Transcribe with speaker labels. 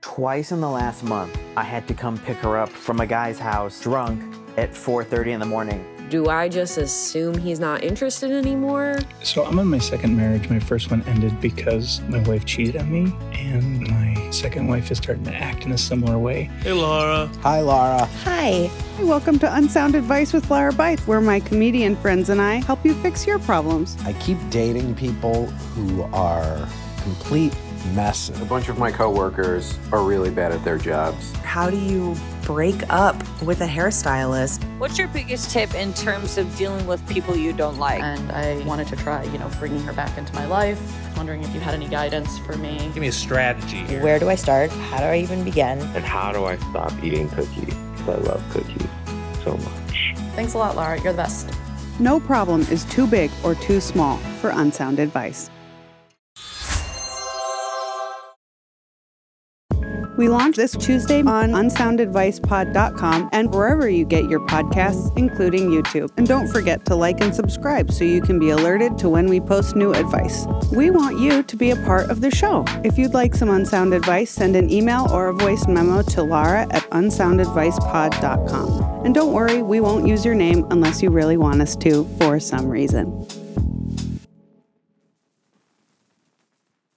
Speaker 1: Twice in the last month, I had to come pick her up from a guy's house drunk at 4:30 in the morning.
Speaker 2: Do I just assume he's not interested anymore?
Speaker 3: So I'm on my second marriage. My first one ended because my wife cheated on me, and my second wife is starting to act in a similar way.
Speaker 4: Hey, Laura.
Speaker 5: Hi, Laura.
Speaker 6: Hi.
Speaker 7: Welcome to Unsound Advice with Laura Bythe, where my comedian friends and I help you fix your problems.
Speaker 5: I keep dating people who are complete messes.
Speaker 8: A bunch of my coworkers are really bad at their jobs.
Speaker 9: How do you break up with a hairstylist?
Speaker 10: What's your biggest tip in terms of dealing with people you don't like?
Speaker 11: And I wanted to try, you know, bringing her back into my life. Wondering if you had any guidance for me.
Speaker 4: Give me a strategy. Here.
Speaker 12: Where do I start? How do I even begin?
Speaker 13: And how do I stop eating cookies? Because I love cookies so much.
Speaker 11: Thanks a lot, Laura. You're the best.
Speaker 7: No problem is too big or too small for unsound advice. We launch this Tuesday on unsoundadvicepod.com and wherever you get your podcasts, including YouTube. And don't forget to like and subscribe so you can be alerted to when we post new advice. We want you to be a part of the show. If you'd like some unsound advice, send an email or a voice memo to Laura at unsoundadvicepod.com. And don't worry, we won't use your name unless you really want us to for some reason.